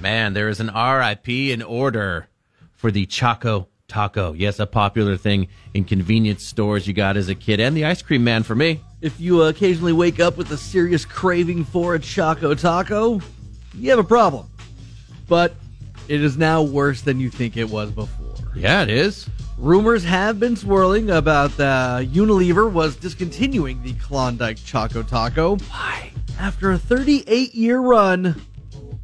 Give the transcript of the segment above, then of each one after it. Man, there is an RIP in order for the Choco Taco. Yes, a popular thing in convenience stores you got as a kid, and the ice cream man for me. If you uh, occasionally wake up with a serious craving for a Choco Taco, you have a problem. But it is now worse than you think it was before. Yeah, it is. Rumors have been swirling about uh, Unilever was discontinuing the Klondike Choco Taco. Why? After a 38 year run,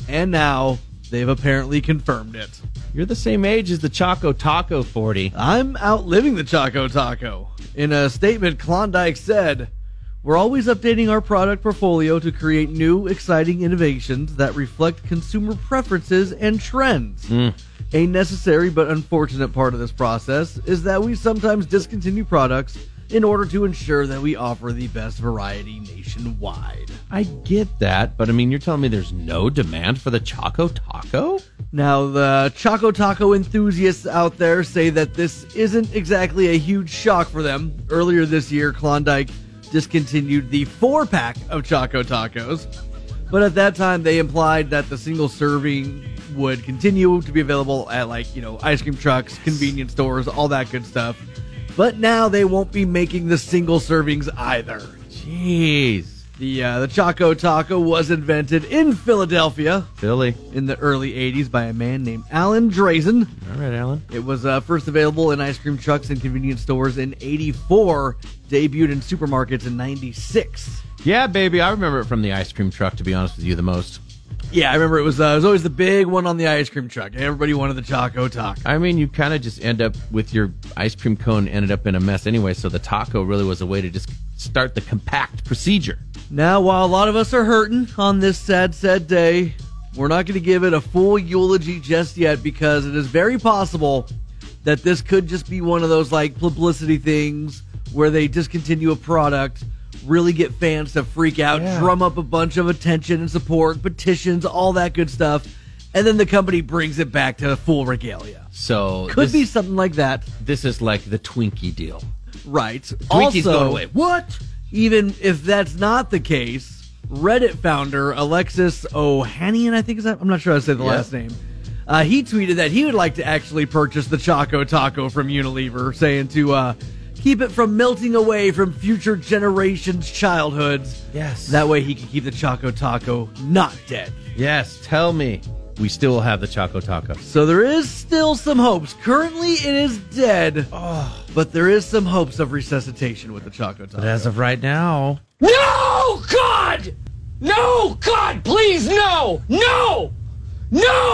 and now they've apparently confirmed it. You're the same age as the Choco Taco 40. I'm outliving the Choco Taco. In a statement, Klondike said, We're always updating our product portfolio to create new, exciting innovations that reflect consumer preferences and trends. A necessary but unfortunate part of this process is that we sometimes discontinue products in order to ensure that we offer the best variety nationwide. I get that, but I mean, you're telling me there's no demand for the Choco Taco? Now, the Choco Taco enthusiasts out there say that this isn't exactly a huge shock for them. Earlier this year, Klondike discontinued the four pack of Choco Tacos, but at that time they implied that the single serving would continue to be available at, like, you know, ice cream trucks, convenience stores, all that good stuff. But now they won't be making the single servings either. Jeez. The, uh, the Choco Taco was invented in Philadelphia Philly. in the early 80s by a man named Alan Drazen. All right, Alan. It was uh, first available in ice cream trucks and convenience stores in 84, debuted in supermarkets in 96. Yeah, baby, I remember it from the ice cream truck, to be honest with you, the most. Yeah, I remember it was, uh, it was always the big one on the ice cream truck. Everybody wanted the Choco Taco. I mean, you kind of just end up with your ice cream cone ended up in a mess anyway, so the taco really was a way to just start the compact procedure. Now, while a lot of us are hurting on this sad, sad day, we're not going to give it a full eulogy just yet because it is very possible that this could just be one of those like publicity things where they discontinue a product, really get fans to freak out, Yeah. drum up a bunch of attention and support, petitions, all that good stuff, and then the company brings it back to full regalia. So Could this, be something like that, this is like the Twinkie deal. right? Twinkie's also, going away. What? even if that's not the case, Reddit founder Alexis Ohanian, I think is that I'm not sure how to say the Yeah. last name. Uh, he tweeted that he would like to actually purchase the Choco Taco from Unilever, saying to uh, keep it from melting away from future generations' childhoods. Yes. That way he can keep the Choco Taco not dead. Yes, tell me. We still have the Choco Taco. So there is still some hopes. Currently, it is dead, but there is some hopes of resuscitation with the Choco Taco. But as of right now, No, God! No, God, please, no! No! No!